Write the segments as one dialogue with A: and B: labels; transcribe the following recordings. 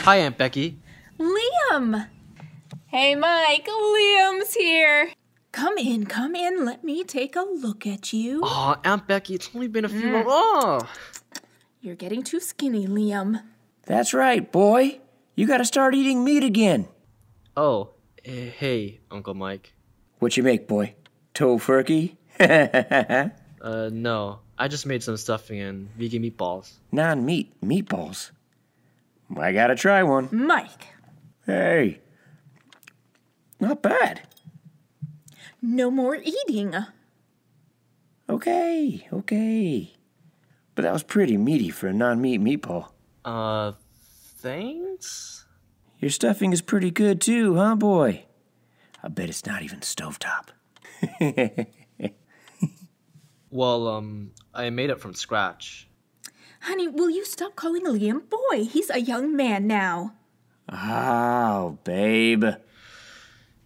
A: Hi, Aunt Becky.
B: Liam!
C: Hey, Mike, Liam's here.
B: Come in, come in. Let me take a look at you.
A: Oh, Aunt Becky, it's only been a few months. Oh,
B: You're getting too skinny, Liam.
D: That's right, boy. You gotta start eating meat again.
A: oh, eh, hey, Uncle Mike.
D: What you make, boy? Tofurkey?
A: Uh, no, I just made some stuffing and vegan meatballs.
D: Non meat meatballs. I gotta try one.
B: Mike,
D: Hey. Not bad.
B: no more eating.
D: Okay, okay. But that was pretty meaty for a non meat meatball.
A: Uh, thanks.
D: Your stuffing is pretty good too, huh, boy? I bet it's not even stovetop.
A: Well, um, I made it from scratch.
B: Honey, will you stop calling Liam boy? He's a young man now.
D: Oh, babe.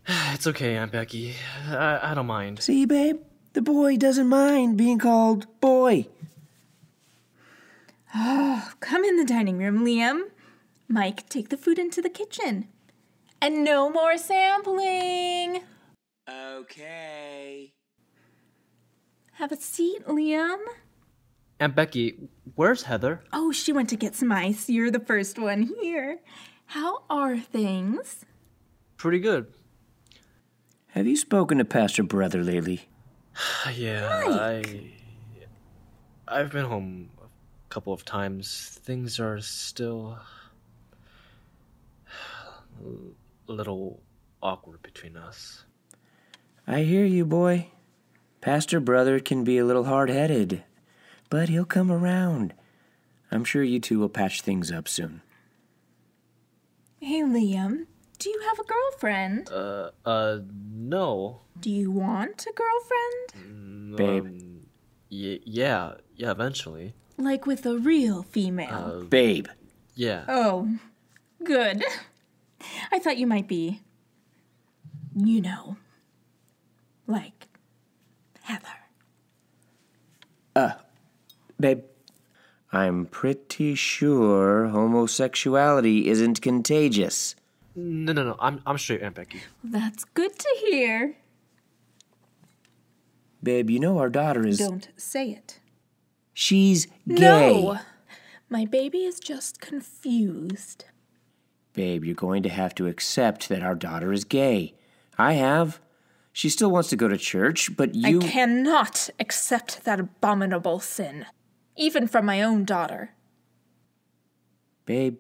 A: It's okay, Aunt Becky. I, I don't mind.
D: See, babe? The boy doesn't mind being called boy.
B: Come in the dining room, Liam. Mike, take the food into the kitchen.
C: And no more sampling.
D: Okay.
B: Have a seat, Liam.
A: Aunt Becky, where's Heather?
B: Oh, she went to get some ice. You're the first one here. How are things?
A: Pretty good.
D: Have you spoken to Pastor Brother lately?
A: Uh, Yeah, I. I've been home a couple of times. Things are still. a little awkward between us.
D: I hear you, boy. Pastor Brother can be a little hard headed, but he'll come around. I'm sure you two will patch things up soon.
B: Hey, Liam, do you have a girlfriend?
A: Uh, uh, no.
B: Do you want a girlfriend?
D: Babe.
A: Y- yeah, yeah, eventually.
B: Like with a real female?
D: Babe.
A: Yeah.
B: Oh, good. I thought you might be, you know, like Heather.
D: Babe. I'm pretty sure homosexuality isn't contagious.
A: No, no, no. I'm, I'm straight, Aunt Becky.
B: That's good to hear.
D: Babe, you know our daughter is.
B: Don't say it.
D: She's gay.
B: No! My baby is just confused.
D: Babe, you're going to have to accept that our daughter is gay. I have. She still wants to go to church, but you.
B: I cannot accept that abominable sin, even from my own daughter.
D: Babe,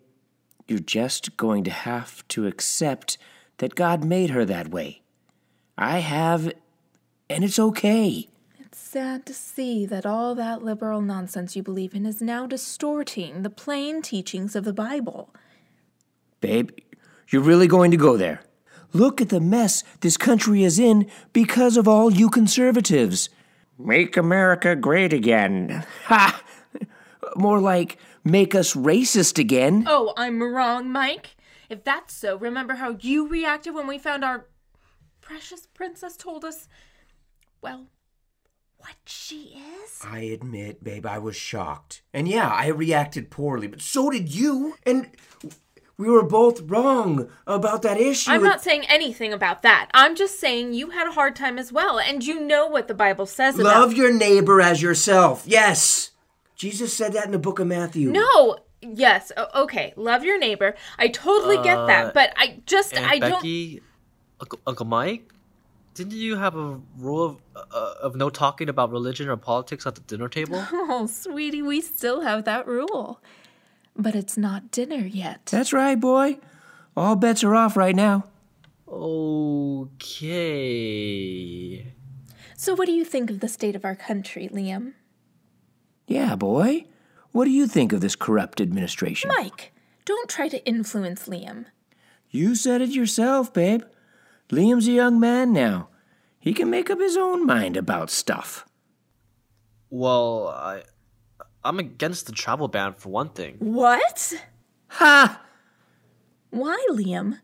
D: you're just going to have to accept that God made her that way. I have, and it's okay.
B: It's sad to see that all that liberal nonsense you believe in is now distorting the plain teachings of the Bible.
D: Babe, you're really going to go there. Look at the mess this country is in because of all you conservatives. Make America great again. Ha! More like, make us racist again.
B: Oh, I'm wrong, Mike. If that's so, remember how you reacted when we found our precious princess told us, well, what she is?
D: I admit, babe, I was shocked. And yeah, I reacted poorly, but so did you. And we were both wrong about that issue.
C: I'm not saying anything about that. I'm just saying you had a hard time as well, and you know what the Bible says
D: Love
C: about
D: your neighbor as yourself. Yes. Jesus said that in the book of Matthew.
C: No. Yes. o- Okay. Love your neighbor. I totally get that, but I just
A: Aunt
C: I don't
A: Becky, Uncle, Uncle Mike, didn't you have a rule of, uh, of no talking about religion or politics at the dinner table?
C: Uh-huh.
B: Oh, sweetie, we still have that rule. But it's not dinner yet.
D: That's right, boy. All bets are off right now.
A: okay.
B: So, what do you think of the state of our country, Liam?
D: Yeah, boy. What do you think of this corrupt administration?
B: Mike, don't try to influence Liam.
D: You said it yourself, babe. Liam's a young man now. He can make up his own mind about stuff.
A: Well, I, I'm against the travel ban for one thing.
B: What?
D: Ha!
B: Why, Liam?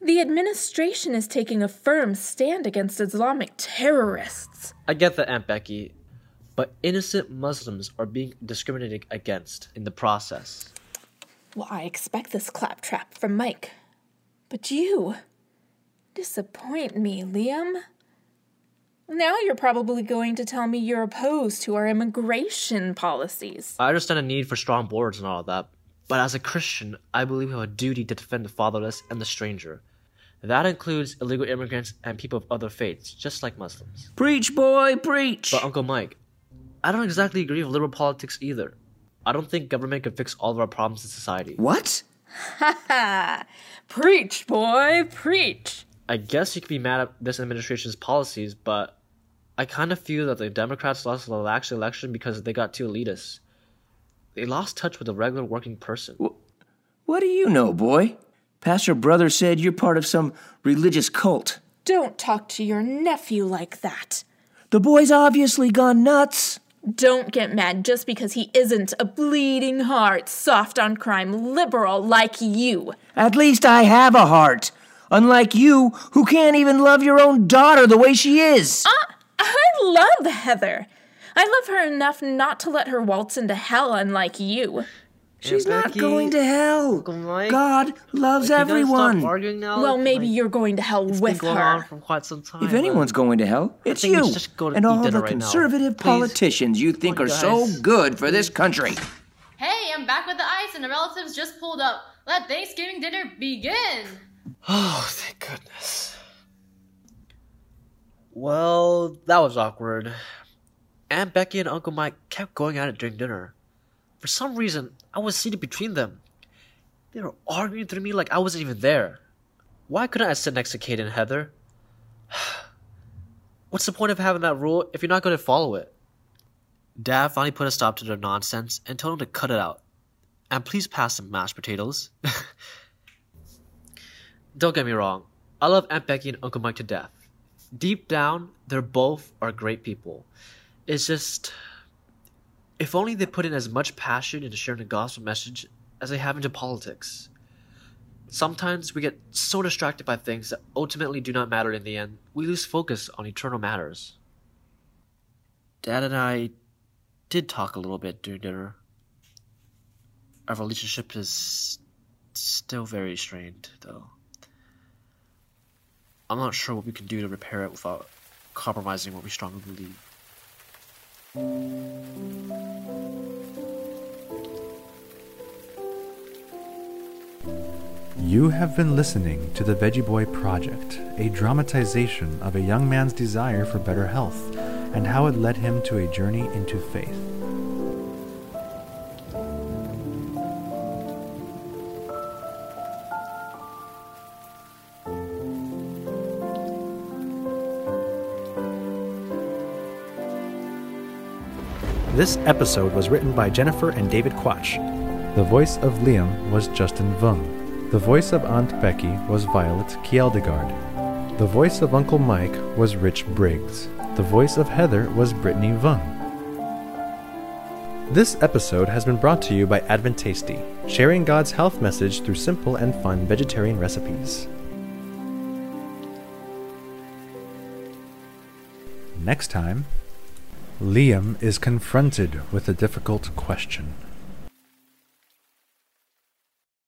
B: The administration is taking a firm stand against Islamic terrorists.
A: I get that, Aunt Becky, but innocent Muslims are being discriminated against in the process.
B: Well, I expect this claptrap from Mike. But you disappoint me, Liam. Now you're probably going to tell me you're opposed to our immigration policies.
A: I understand a need for strong borders and all of that, but as a Christian, I believe we have a duty to defend the fatherless and the stranger. That includes illegal immigrants and people of other faiths, just like Muslims.
D: Preach, boy, preach.
A: But Uncle Mike, I don't exactly agree with liberal politics either. I don't think government can fix all of our problems in society.
D: what?
B: Preach, boy, preach.
A: I guess you could be mad at this administration's policies, but I kind of feel that the Democrats lost the last election because they got too elitist. They lost touch with the regular working person.
D: What do you know, boy? Pastor Brother said you're part of some religious cult.
B: Don't talk to your nephew like that.
D: The boy's obviously gone nuts.
B: Don't get mad just because he isn't a bleeding heart, soft on crime liberal like you.
D: At least I have a heart. Unlike you, who can't even love your own daughter the way she is.
B: Uh, I love Heather. I love her enough not to let her waltz into hell, unlike you.
D: She's
A: Aunt
D: not
A: Becky,
D: going to hell.
A: Uncle Mike,
D: God
A: Can
D: loves
A: you guys stop
D: everyone.
A: arguing now?
B: Well,
A: Like,
B: maybe you're going to hell
A: been
B: with
A: going on
B: her.
A: for quite some time.
D: If anyone's going to hell, it's
A: think we
D: you
A: should just go to
D: and
A: eat
D: all the
A: dinner right now.
D: conservative
A: Please.
D: politicians you think
A: on,
D: are so
A: guys.
D: good for this country.
E: Hey, I'm back with the ice and the relatives just pulled up. Let Thanksgiving dinner begin!
A: Oh, thank goodness. Well, that was awkward. Aunt Becky and Uncle Mike kept going at it during dinner. For some reason, I was seated between them. They were arguing through me like I wasn't even there. Why couldn't I sit next to Kate and Heather? What's the point of having that rule if you're not going to follow it? Dad finally put a stop to their nonsense and told them to cut it out. And please pass some mashed potatoes. Don't get me wrong, I love Aunt Becky and Uncle Mike to death. Deep down, they're both are great people. It's just, if only they put in as much passion into sharing the gospel message as they have into politics. Sometimes we get so distracted by things that ultimately do not matter in the end, we lose focus on eternal matters. Dad and I did talk a little bit during dinner. Our relationship is still very strained, though. I'm not sure what we can do to repair it without compromising what we strongly believe.
F: You have been listening to The Veggie Boy Project, a dramatization of a young man's desire for better health and how it led him to a journey into faith.
G: This episode was written by Jennifer and David Quach.
F: The voice of Liam was Justin Vung. The voice of Aunt Becky was Violet Kjeldegard. The voice of Uncle Mike was Rich Briggs. The voice of Heather was Brittany Vung. This episode has been brought to you by Advent Tasty, sharing God's health message through simple and fun vegetarian recipes. Next time, Liam is confronted with a difficult question.